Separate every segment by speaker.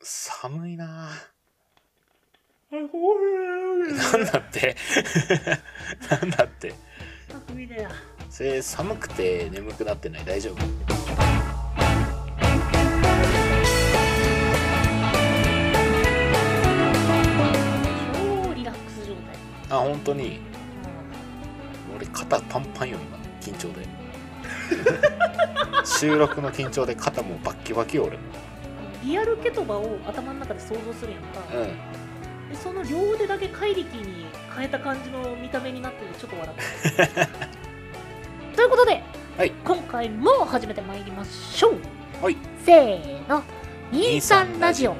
Speaker 1: 寒いなぁ。なん
Speaker 2: あ
Speaker 1: だって なんだって
Speaker 2: 無理だよ
Speaker 1: それ寒くて眠くなってない大丈夫
Speaker 2: 超リラックス状態
Speaker 1: あ本当に俺肩パンパンよ今緊張で 収録の緊張で肩もうバッキバキよ俺も
Speaker 2: うんリアルケトバを頭の中で想像するやんか、
Speaker 1: うん
Speaker 2: でその両腕だけ怪力に変えた感じの見た目になっててちょっと笑ったということで、
Speaker 1: はい
Speaker 2: 今回も始めてまいりましょう
Speaker 1: はい
Speaker 2: せーの23ラジオ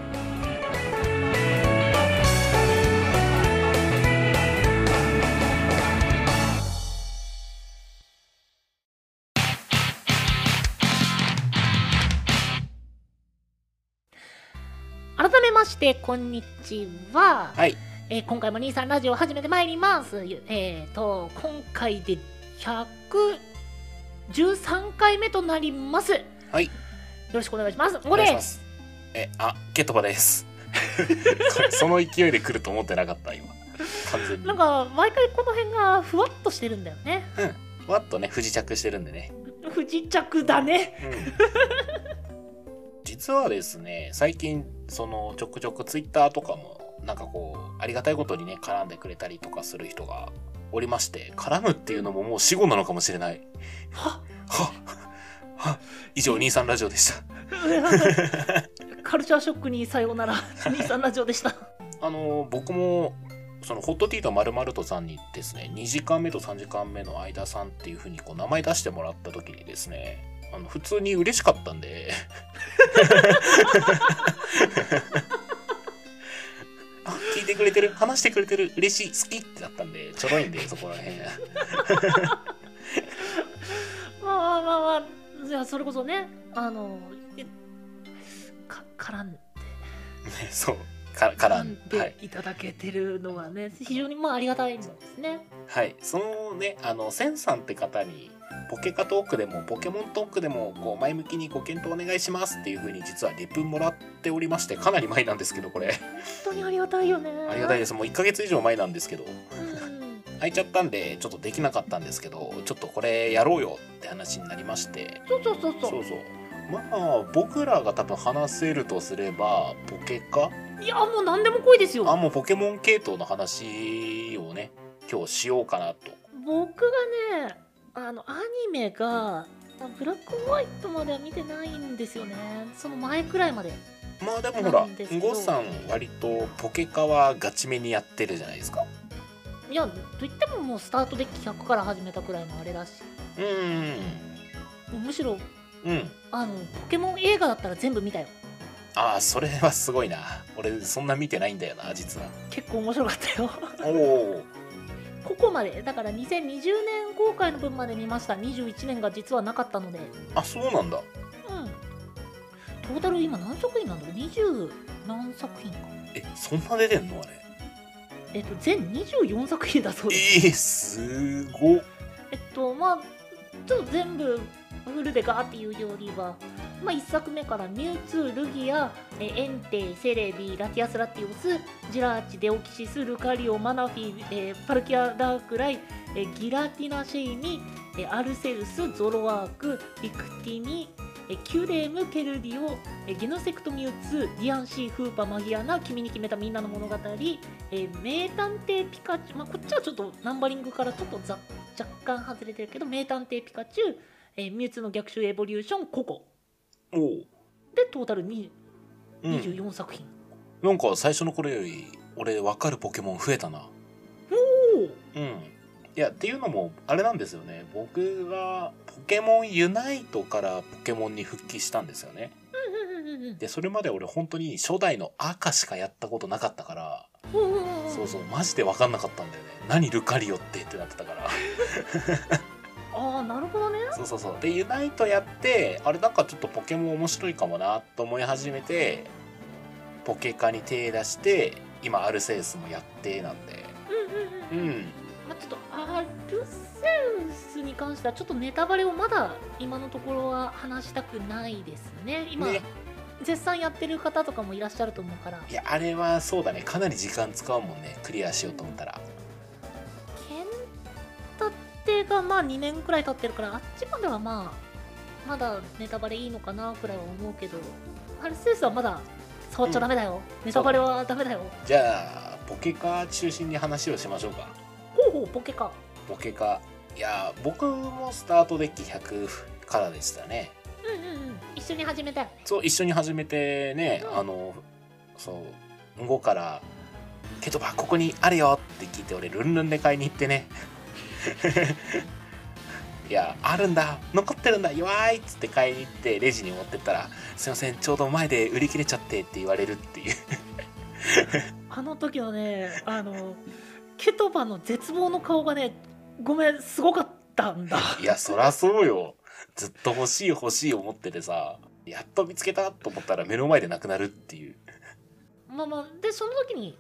Speaker 2: 改めましてこんにちは、
Speaker 1: はい
Speaker 2: えー今回も23ラジオを始めてまいりますゆえー、と今回で113回目となりますよ
Speaker 1: はい
Speaker 2: ろしくお願いします
Speaker 1: お
Speaker 2: こ
Speaker 1: 願いし
Speaker 2: れ
Speaker 1: ますえあケトバです その勢いで来ると思ってなかった今完全に
Speaker 2: なんか毎回この辺がふわっとしてるんだよね
Speaker 1: ふわっとね不時着してるんでね、
Speaker 2: 不時着だね
Speaker 1: 実はですね最近そのちょくちょくツイッターとかもなんかこうありがたいことにね絡んでくれたりとかする人がおりまして絡むっていうのももう死後なのかもしれない
Speaker 2: は
Speaker 1: はは以上23ラジオでした
Speaker 2: カルチャーショックにさようなら23ラジオでした
Speaker 1: あの僕もそのホットティーとまるまるとさんにですね2時間目と3時間目の間さんっていう風にこう名前出してもらった時にですねあの普通に嬉しかったんであ聞いてくれてる話してくれてる嬉しい好きってなったんでちょろいんでそこら辺
Speaker 2: まあまあまあまあじゃあそれこそねあのえか絡ん
Speaker 1: そうかからんは
Speaker 2: で
Speaker 1: い、
Speaker 2: いただけてるのはね、非常にまあありがたいんですね
Speaker 1: はい、そのねあのセンさんって方にポケカトークでもポケモントークでもこう前向きにご検討お願いしますっていう風に実はリプもらっておりましてかなり前なんですけどこれ
Speaker 2: 本当にありがたいよね
Speaker 1: ありがたい
Speaker 2: い、
Speaker 1: ですもう1ヶ月以上前なんですけど
Speaker 2: うん
Speaker 1: 空いちゃったんでちょっとできなかったんですけどちょっとこれやろうよって話になりまして
Speaker 2: そうそうそう
Speaker 1: そ
Speaker 2: そう
Speaker 1: そうまあ僕らが多分話せるとすればポケカ
Speaker 2: ういやもう何でも来いですよ
Speaker 1: あもうポケモン系統の話をね今日しようかなと
Speaker 2: 僕がねあのアニメがあブラックホワイトまでは見てないんですよねその前くらいまで
Speaker 1: まあでもほら
Speaker 2: なんですけど
Speaker 1: ゴさん割とポケカはガチめにやってるじゃないですか
Speaker 2: いやといってももうスタートで100から始めたくらいのあれだし
Speaker 1: うんうん
Speaker 2: むしろ
Speaker 1: うんうん
Speaker 2: あのポケモン映画だったら全部見たよ
Speaker 1: ああそれはすごいな俺そんな見てないんだよな実は
Speaker 2: 結構面白かったよ
Speaker 1: おお
Speaker 2: ここまでだから2020年公開の分まで見ました21年が実はなかったので
Speaker 1: あそうなんだ
Speaker 2: うんトータル今何作品なんだろう20何作品か
Speaker 1: えそんな出てんのあれ
Speaker 2: えっと全24作品だそうです
Speaker 1: えー、すごっ
Speaker 2: えっとまあちょっと全部フルでガーっていうよりは、まあ、1作目からミュウツールギアえーエンテイセレビーラティアスラティオスジラーチデオキシスルカリオマナフィ、えーパルキアダークライ、えーギラティナシェイミえーアルセウスゾロワークビクティミえーキュレームケルディオえーゲノセクトミュウツーディアンシーフーパマギアナ君に決めたみんなの物語、えー名探偵ピカチュウ、まあ、こっちはちょっとナンバリングからちょっとざっ若干外れてるけど名探偵ピカチュウ、えーミュウツーの逆襲エボリューションココ
Speaker 1: おお、
Speaker 2: でトータルに
Speaker 1: うん、
Speaker 2: 24作品、
Speaker 1: なんか最初の頃より俺分かるポケモン増えたな
Speaker 2: おお
Speaker 1: うんいやっていうのもあれなんですよね僕がポケモンユナイトからポケモンに復帰したんですよねでそれまで俺本当に初代の赤しかやったことなかったから、そうそうマジで分かんなかったんだよね何ルカリオってってなってたから
Speaker 2: ああなるほどね
Speaker 1: そうそうそうでユナイトやってあれなんかちょっとポケモン面白いかもなと思い始めてポケカに手出して今アルセウスもやってなんで
Speaker 2: うん
Speaker 1: う
Speaker 2: うんうん、
Speaker 1: ん
Speaker 2: まあ、ちょっとアルセウスに関してはちょっとネタバレをまだ今のところは話したくないですね今
Speaker 1: ね
Speaker 2: 絶賛やってる方とかもいらっしゃると思うから
Speaker 1: いやあれはそうだねかなり時間使うもんねクリアしようと思ったら
Speaker 2: 剣立てがまあ2年くらい経ってるからあっちまではまあまだネタバレいいのかなくらいは思うけどハルセウスはまだ触っちゃダメだよ、ネタバレはダメだよ
Speaker 1: じゃあポケカ中心に話をしましょうか
Speaker 2: ほうほうポケか
Speaker 1: ポケカいや僕もスタートデッキ100からでしたね
Speaker 2: うんうんうん一緒に始めたよね
Speaker 1: そう一緒に始めてね、
Speaker 2: うん
Speaker 1: あのそう5から「ケトバここにあるよ」って聞いて俺ルンルンで買いに行ってね いやあるんだ残ってるんだ弱いっつって買いに行ってレジに持ってったら「すいませんちょうど前で売り切れちゃって」って言われるっていう
Speaker 2: あの時のねあのケトバの絶望の顔がねごめんすごかったんだ
Speaker 1: いやそらそうよずっと欲しい欲しい思っててさやっと見つけたと思ったら目の前でなくなるっていう
Speaker 2: まあまあでその時に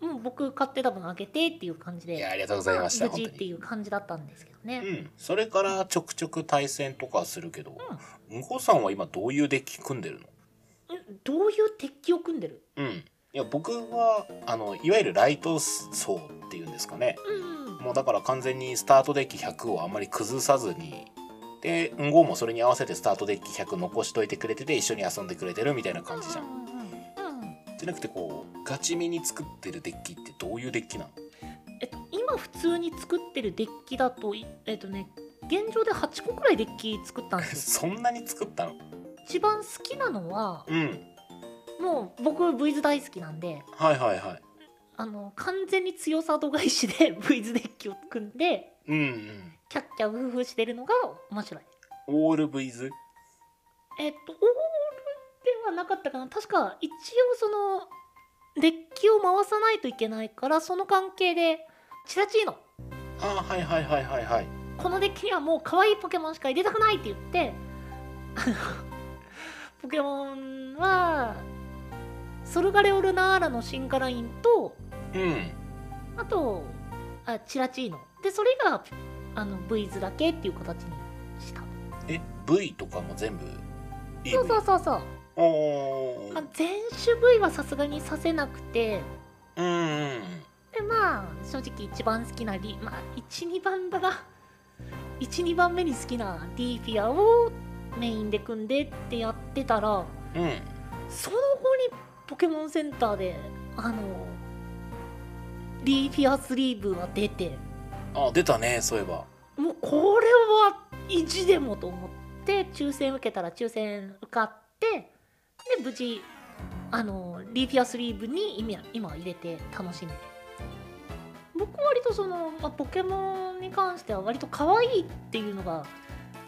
Speaker 2: もう僕買ってた分あげてっていう感じで
Speaker 1: いやありがとうございました
Speaker 2: 無
Speaker 1: 本
Speaker 2: 事
Speaker 1: 当
Speaker 2: って
Speaker 1: に
Speaker 2: いう感じだったんですけどね、
Speaker 1: うんそれからちょくちょく対戦とかするけど、向こうさんは今どういうデッキ組んでるの
Speaker 2: うんどういう鉄器を組んでる
Speaker 1: うんいや僕はあのいわゆるライト層っていうんですかね
Speaker 2: うんうん
Speaker 1: もうだから完全にスタートデッキ100をあんまり崩さずにで運ゴもそれに合わせてスタートデッキ100残しといてくれてて一緒に遊んでくれてるみたいな感じじゃん
Speaker 2: うんうんうんうん
Speaker 1: じゃなくてこうガチめに作ってるデッキってどういうデッ キなの
Speaker 2: えっと、今普通に作ってるデッキだといえっとね現状で8個くらいデッキ作ったんです よ
Speaker 1: そんなに作ったの
Speaker 2: 一番好きなのは
Speaker 1: うん
Speaker 2: もう僕 V 図大好きなんで
Speaker 1: はいはいはい
Speaker 2: あの完全に強さ度外視で V 図デッキを組んで
Speaker 1: うんうん
Speaker 2: キャッキャウフフしてるのが面白い
Speaker 1: オール V ズ
Speaker 2: えっとオールではなかったかな確か一応そのデッキを回さないといけないからその関係でチラチーノ
Speaker 1: あーはいはいはいはいはい
Speaker 2: このデッキにはもう可愛いポケモンしか入れたくないって言って あのポケモンはソルガレオルナーラの進化ラインと
Speaker 1: うん
Speaker 2: あとあチラチーノでそれがあの V 図だけっていう形にした
Speaker 1: え V とかも全部いい
Speaker 2: そうそうそうそう、
Speaker 1: お
Speaker 2: まあ
Speaker 1: ー、
Speaker 2: 全種 V はさすがにさせなくて
Speaker 1: うんうん
Speaker 2: でまあ正直一番好きなリまあ12番だな12番目に好きなディーフィアをメインで組んでってやってたら
Speaker 1: うん
Speaker 2: その後にポケモンセンターであのリーフィアスリーブが出て
Speaker 1: あ出たねそういえば
Speaker 2: もうこれは意地でもと思って抽選受けたら抽選受かってで無事あのリーフィアスリーブに今今入れて楽しんでる僕割とその、まあ、ポケモンに関しては割と可愛いっていうのが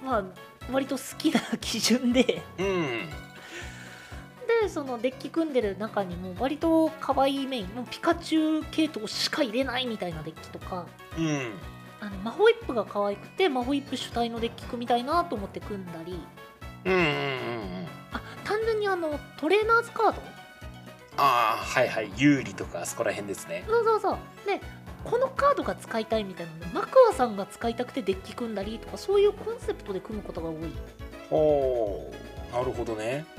Speaker 2: まあ割と好きな基準で。
Speaker 1: うん
Speaker 2: でそのデッキ組んでる中にも割と可愛いメインもうピカチュウ系統しか入れないみたいなデッキとか
Speaker 1: うん
Speaker 2: あのマホイップが可愛くてマホイップ主体のデッキ組みたいなと思って組んだり
Speaker 1: うんうんうんうん
Speaker 2: あ単純にあのトレーナーズカード
Speaker 1: あーはいはい有利とかあそこら辺ですね
Speaker 2: そうそうそうでこのカードが使いたいみたいなのでマクワさんが使いたくてデッキ組んだりとかそういうコンセプトで組むことが多い
Speaker 1: ほうなるほどね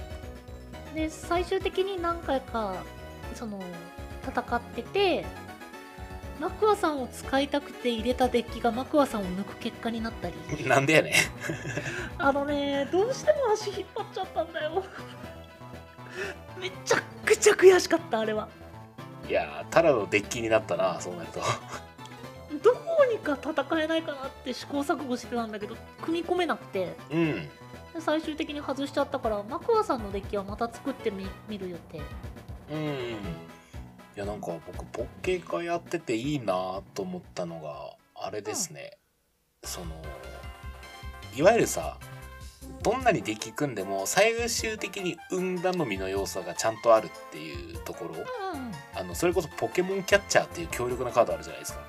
Speaker 2: で最終的に何回かその戦っててマクワさんを使いたくて入れたデッキがマクワさんを抜く結果になったり
Speaker 1: なんでやねん
Speaker 2: あのねどうしても足引っ張っちゃったんだよめちゃくちゃ悔しかったあれはい
Speaker 1: やーただのデッキになったなそうなると
Speaker 2: どうにか戦えないかなって試行錯誤してたんだけど組み込めなくて
Speaker 1: うん
Speaker 2: で最終的に外しちゃったからマクワさんのデッキはまた作ってみ見る予定
Speaker 1: うんうんいやなんか僕ポッケカやってていいなと思ったのがあれですね、そのいわゆるさどんなにデッキ組んでも最終的に運頼みの要素がちゃんとあるっていうところ
Speaker 2: うんうん
Speaker 1: あのそれこそポケモンキャッチャーっていう強力なカードあるじゃないですか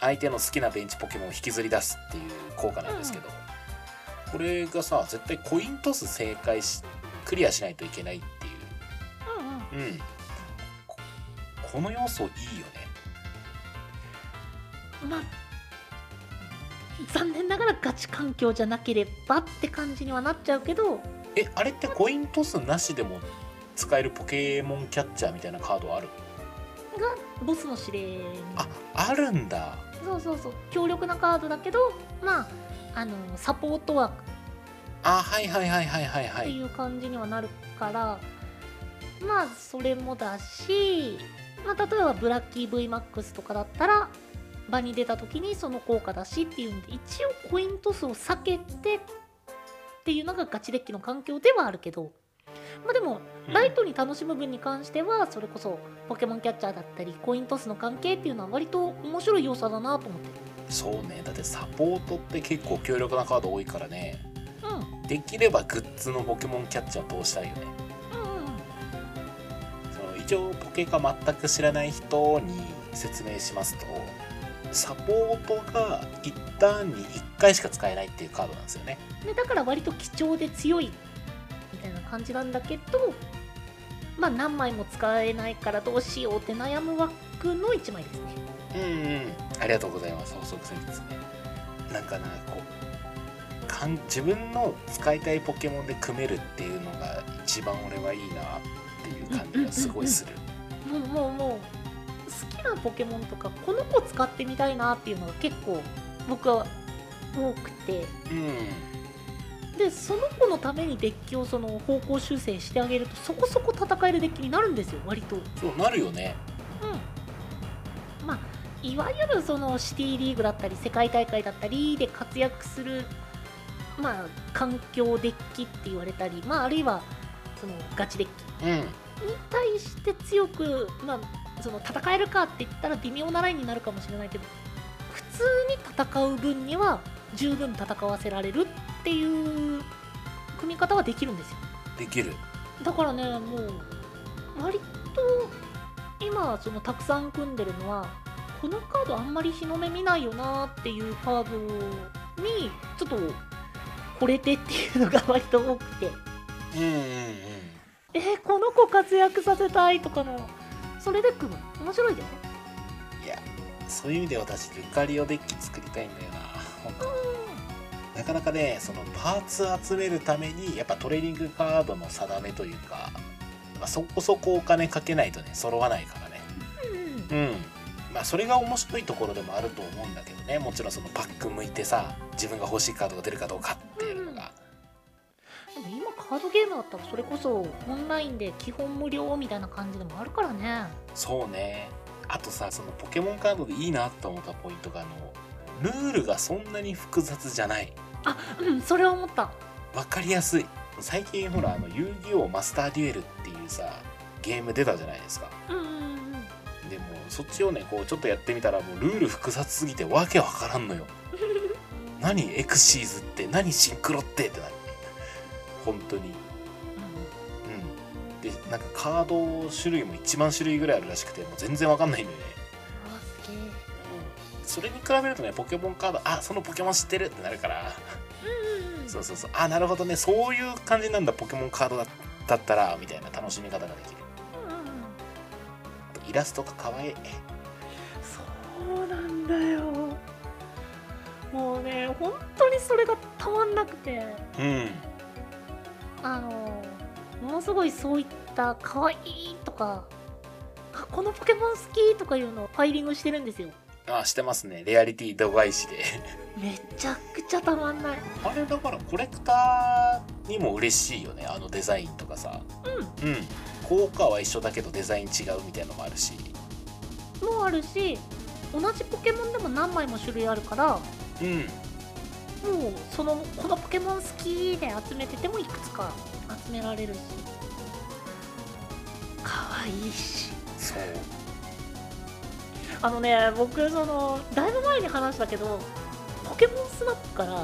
Speaker 1: 相手の好きなベンチポケモンを引きずり出すっていう効果なんですけど、これがさ絶対コイントス正解しクリアしないといけないっていう
Speaker 2: うんうんうん
Speaker 1: うん、ここの要素いいよね
Speaker 2: まあ残念ながらガチ環境じゃなければって感じにはなっちゃうけど
Speaker 1: えあれってコイントスなしでも使えるポケモンキャッチャーみたいなカードある
Speaker 2: がボスの指令に
Speaker 1: ああるんだ
Speaker 2: そうそうそう強力なカードだけどまああのサポート枠
Speaker 1: あはいはいはいはいはいは
Speaker 2: って
Speaker 1: い
Speaker 2: いう感じにはなるから、まあそれもだし、まあ、例えばブラッキー VMAX とかだったら場に出た時にその効果だしっていうんで一応コイントスを避けてっていうのがガチデッキの環境ではあるけど、まあ、でも
Speaker 1: うん
Speaker 2: ライトに楽しむ分に関してはそれこそポケモンキャッチャーだったりコイントスの関係っていうのは割と面白い要素だなと思って
Speaker 1: そうねだってサポートって結構強力なカード多いからね
Speaker 2: る。うん
Speaker 1: できればグッズのポケモンキャッチャー通したいよね
Speaker 2: うんうんうん
Speaker 1: その一応ポケカ全く知らない人に説明しますとサポートが一旦に1回しか使えないっていうカードなんですよね
Speaker 2: でだから割と貴重で強いみたいな感じなんだけどまあ何枚も使えないからどうしようって悩む枠の1枚ですね
Speaker 1: うんうんありがとうございます補足先ですねなんかなこうかん自分の使いたいポケモンで組めるっていうのが一番俺はいいなっていう感じがすごいする
Speaker 2: もうもうもう好きなポケモンとかこの子使ってみたいなっていうのが結構僕は多くて
Speaker 1: うん
Speaker 2: でその子のためにデッキをその方向修正してあげるとそこそこ戦えるデッキになるんですよ割と。
Speaker 1: そうなるよね
Speaker 2: うん、まあいわゆるそのシティリーグだったり世界大会だったりで活躍する、まあ、環境デッキって言われたり、まあ、あるいはそのガチデッキ
Speaker 1: うん
Speaker 2: に対して強く、まあ、その戦えるかって言ったら微妙なラインになるかもしれないけど普通に戦う分には十分戦わせられるっていう組み方はできるんですよ。
Speaker 1: できる
Speaker 2: だからねもう割と今そのたくさん組んでるのはこのカードあんまり日の目見ないよなっていうカードにちょっと惚れてっていうのが割と多くて
Speaker 1: うんうんうん
Speaker 2: えーこの子活躍させたいとかのそれで組む面白いですね
Speaker 1: いやそういう意味で私ルカリオデッキ作りたいんだよな本当なかなかねそのパーツ集めるためにやっぱトレーニングカードの定めというか、まあ、そこそこお金かけないとね揃わないからね
Speaker 2: うん
Speaker 1: うんまあそれが面白いところでもあると思うんだけどねもちろんそのパック向いてさ自分が欲しいカードが出るかどうかっていうのが、
Speaker 2: でも今カードゲームだったらそれこそオンラインで基本無料みたいな感じでもあるからね
Speaker 1: そうねあとさそのポケモンカードでいいなと思ったポイントがあのルールがそんなに複雑じゃない
Speaker 2: あうんそれは思った
Speaker 1: わかりやすい最近ほらあの遊戯王マスターデュエルっていうさゲーム出たじゃないですか
Speaker 2: うんうんうん
Speaker 1: でもそっちをねこうちょっとやってみたらもうルール複雑すぎてわけわからんのよ何エクシーズって何シンクロってってなる本当に
Speaker 2: うん
Speaker 1: うんでなんかカード種類も1万種類ぐらいあるらしくてもう全然わかんないのよね
Speaker 2: あすげえ
Speaker 1: それに比べるとねポケモンカードあそのポケモン知ってるってなるから
Speaker 2: うんうん
Speaker 1: そうそうそうあなるほどねそういう感じなんだポケモンカードだだったらみたいな楽しみ方ができる
Speaker 2: うんうん
Speaker 1: あとイラストが可愛い
Speaker 2: そうなんだよもうね本当にそれがたまんなくて
Speaker 1: うん
Speaker 2: あのものすごいそういった可愛いとかあこのポケモン好きとかいうのをファイリングしてるんですよ
Speaker 1: あしてますねレアリティ度外視で
Speaker 2: めちゃくちゃたまんない
Speaker 1: あれだからコレクターにも嬉しいよねあのデザインとかさうん、効果は一緒だけどデザイン違うみたいのもあるし
Speaker 2: もあるし同じポケモンでも何枚も種類あるからも
Speaker 1: うん
Speaker 2: うそのこのポケモン好きで集めててもいくつか集められるし可愛いし
Speaker 1: そう
Speaker 2: あのね僕そのだいぶ前に話したけどポケモンスナップから
Speaker 1: うん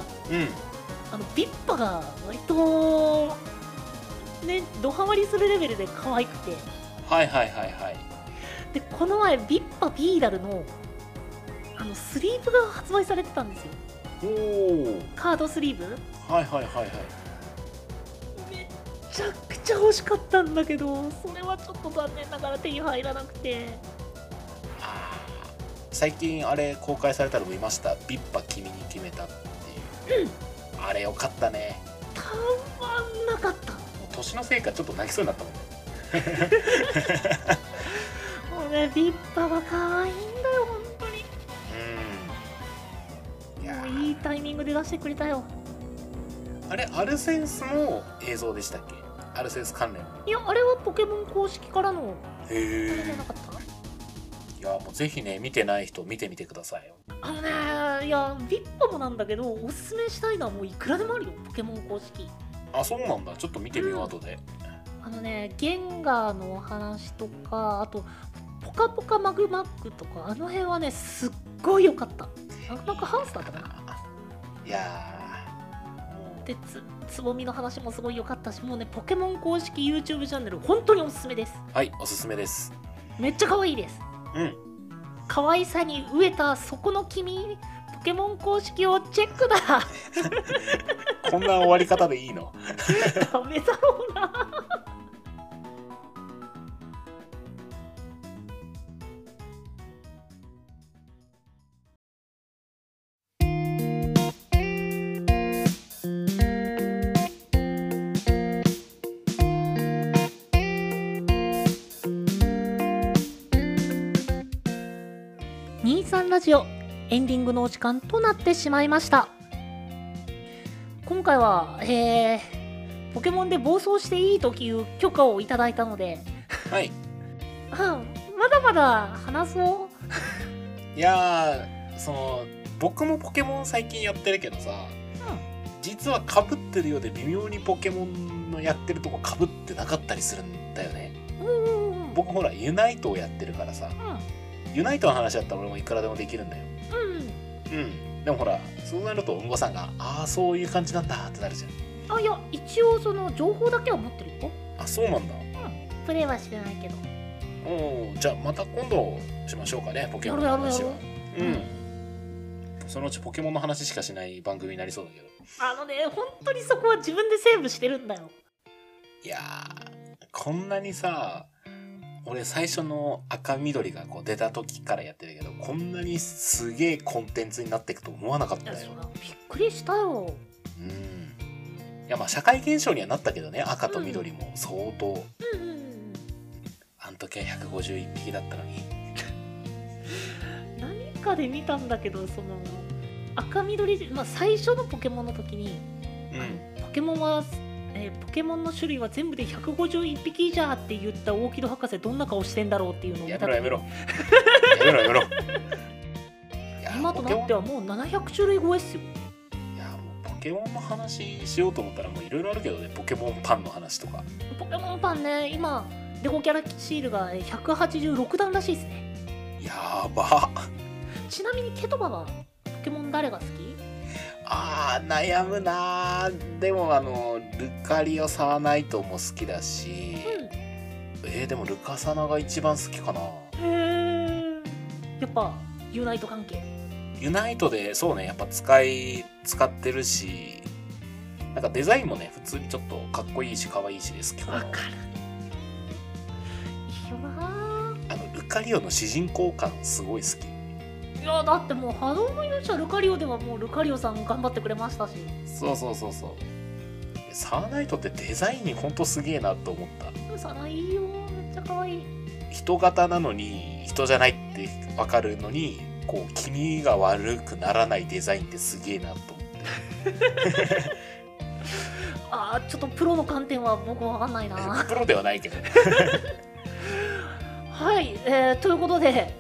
Speaker 2: あのビッパが割とねドハマりするレベルで可愛くて
Speaker 1: はいはいはいはい
Speaker 2: でこの前ビッパビーダルのあのスリーブが発売されてたんですよ
Speaker 1: おお
Speaker 2: カードスリーブ
Speaker 1: はいはいはいはい
Speaker 2: めちゃくちゃ欲しかったんだけどそれはちょっと残念ながら手に入らなくて
Speaker 1: あー最近あれ公開されたの見ました「ビッパ君に決めた」っていう、あれよかったね
Speaker 2: た変わんなかった
Speaker 1: 年のせいかちょっと泣きそうになったもんね
Speaker 2: これビッパは可愛いんだよ本当に
Speaker 1: うんいや
Speaker 2: もういいタイミングで出してくれたよ
Speaker 1: あれアルセンスの映像でしたっけアルセンス関連の
Speaker 2: いやあれはポケモン公式からのあれ
Speaker 1: へ
Speaker 2: じゃなかった
Speaker 1: いやもうぜひね見てない人見てみてくださいよ
Speaker 2: あのねいやビッパもなんだけどおすすめしたいのはもういくらでもあるよポケモン公式
Speaker 1: あそうなんだちょっと見てみよう、
Speaker 2: うん
Speaker 1: 後で
Speaker 2: あのねゲンガーのお話とかあとポカポカマグマックとかあの辺はねすっごい良かったマグマックハウスだったかない
Speaker 1: やーもう
Speaker 2: でつつぼみの話もすごい良かったしもうねポケモン公式 YouTube チャンネル本当におすすめです
Speaker 1: はいおすすめです
Speaker 2: めっちゃ可愛いです
Speaker 1: うん
Speaker 2: 可愛さに飢えたそこの君ポケモン公式をチェックだ
Speaker 1: こんな終わり方でいいの
Speaker 2: ダメだろうな23ラジオエンディングのお時間となってしまいました今回は、えーポケモンで暴走していいという許可をいただいたので、
Speaker 1: はい
Speaker 2: うんまだまだ話そう。
Speaker 1: いやーその僕もポケモン最近やってるけどさ、実はかぶってるようで微妙にポケモンのやってるとこかぶってなかったりするんだよね
Speaker 2: うんうんうん
Speaker 1: 僕ほらユナイトをやってるからさユナイトの話だったら俺もいくらでもできるんだよ
Speaker 2: うんうん
Speaker 1: うんでもほらそうなるとうんごさんがああそういう感じなんだってなるじゃん
Speaker 2: あいや一応その情報だけは持ってるよ
Speaker 1: あそうなんだ
Speaker 2: プレイはしてないけど
Speaker 1: おーじゃあまた今度しましょうかねポケモンの話は
Speaker 2: やろ
Speaker 1: う
Speaker 2: やろうん
Speaker 1: そのうちポケモンの話しかしない番組になりそうだけど
Speaker 2: あのね本当にそこは自分でセーブしてるんだよ
Speaker 1: いやーこんなにさ俺最初の赤緑がこう出た時からやってるけどこんなにすげえコンテンツになっていくと思わなかっ
Speaker 2: い
Speaker 1: た
Speaker 2: や
Speaker 1: よ
Speaker 2: そらびっくりしたよ
Speaker 1: うんいやまあ社会現象にはなったけどね赤と緑も相当、
Speaker 2: うんうんうん
Speaker 1: あの時は151匹だったのに
Speaker 2: 何かで見たんだけどその赤緑、まあ、最初のポケモンの時に
Speaker 1: うん
Speaker 2: ポケモンは、えーポケモンの種類は全部で151匹じゃって言った大木戸博士どんな顔してんだろうっていうのを見
Speaker 1: や
Speaker 2: た
Speaker 1: めろやめろやめろや めろいや
Speaker 2: 今となってはもう700種類超えっすよ
Speaker 1: いやもうポケモンの話しようと思ったらもういろいろあるけどねポケモンパンの話とか
Speaker 2: ポケモンパンね今デコキャラシールがえー186段らしいですね
Speaker 1: やば
Speaker 2: ちなみにケトバはポケモン誰が好き
Speaker 1: あー悩むなーでもあのルカリオサーナイトも好きだし、
Speaker 2: う
Speaker 1: えーでもルカサナが一番好きかなん
Speaker 2: へえやっぱユナイト関係
Speaker 1: ユナイトでそうねやっぱ使い使ってるしなんかデザインもね普通にちょっとかっこいいし可愛いしで好きか
Speaker 2: わ
Speaker 1: な
Speaker 2: かるいいよな
Speaker 1: あのルカリオの主人公感すごい好き
Speaker 2: いやだってもう波動の勇者ルカリオではもうルカリオさん頑張ってくれましたし
Speaker 1: そうそうそうそうサーナイトってデザインにほんとすげえなと思った
Speaker 2: サナいいよめっちゃ可愛い
Speaker 1: 人型なのに人じゃないって分かるのにこう気味が悪くならないデザインってすげえなと思って
Speaker 2: あーちょっとプロの観点は僕わかんないな
Speaker 1: プロではないけど
Speaker 2: はい、えーということで、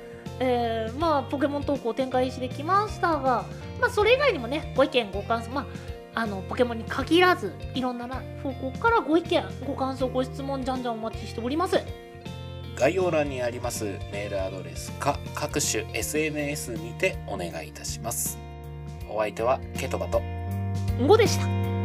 Speaker 2: えーまあポケモントークを展開してきましたがまあそれ以外にもねご意見ご感想まああのポケモンに限らずいろんなな方向からご意見ご感想ご質問じゃんじゃんお待ちしております
Speaker 1: 概要欄にありますメールアドレスか各種 SNS にてお願いいたしますお相手はケトバと
Speaker 2: んごでした